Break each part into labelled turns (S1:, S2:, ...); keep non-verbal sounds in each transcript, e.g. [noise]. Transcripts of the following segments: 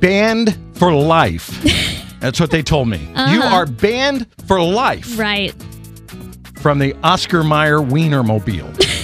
S1: banned for
S2: [laughs]
S1: life. That's what they told me. You
S2: Uh-huh.
S1: are banned for life
S2: Right.
S1: from the Oscar Mayer Wienermobile.
S2: [laughs]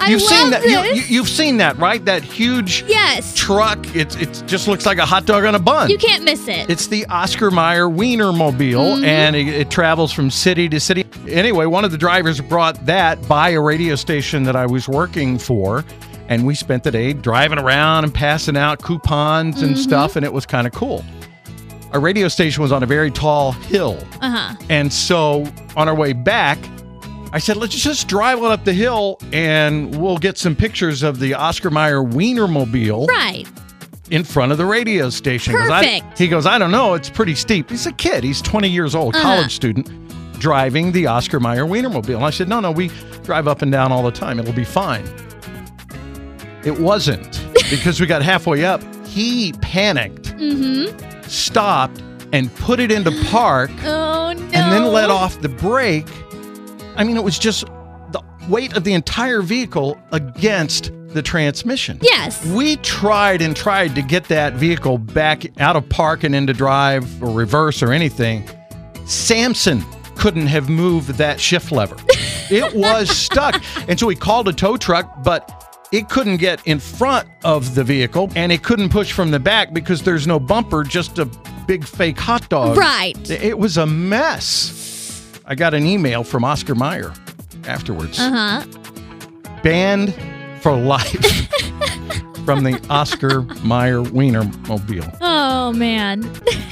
S2: I
S1: you've
S2: love
S1: seen that.
S2: this.
S1: You, have seen that, right? That huge
S2: yes.
S1: truck. It's it just looks like a hot dog on a bun.
S2: You can't miss it.
S1: It's the Oscar Mayer Wienermobile, and it, it travels from city to city. Anyway, one of the drivers brought that by a radio station that I was working for, and we spent the day driving around and passing out coupons and stuff, and it was kind of cool. Our radio station was on a very tall hill,
S2: uh huh.
S1: and so on our way back, I said, let's just drive on up the hill and we'll get some pictures of the Oscar Mayer Wienermobile
S2: Right.
S1: in front of the radio station. 'Cause I,
S2: Perfect.
S1: he goes, I don't know, it's pretty steep. He's a kid. He's 20 years old, college student, driving the Oscar Mayer Wienermobile. And I said, No, no, we drive up and down all the time. It'll be fine. It wasn't because we got halfway up. He panicked,
S2: Mm hmm.
S1: stopped, and put it into park
S2: Oh no.
S1: and then let off the brake. I mean, it was just the weight of the entire vehicle against the transmission.
S2: Yes.
S1: We tried and tried to get that vehicle back out of park and into drive or reverse or anything. Samson couldn't have moved that shift lever. it was stuck. And so we called a tow truck, but it couldn't get in front of the vehicle and it couldn't push from the back because there's no bumper, just a big fake hot dog.
S2: Right.
S1: It was a mess. I got an email from Oscar Meyer afterwards.
S2: Uh huh.
S1: Banned for life from the Oscar Meyer Wienermobile.
S2: Oh man.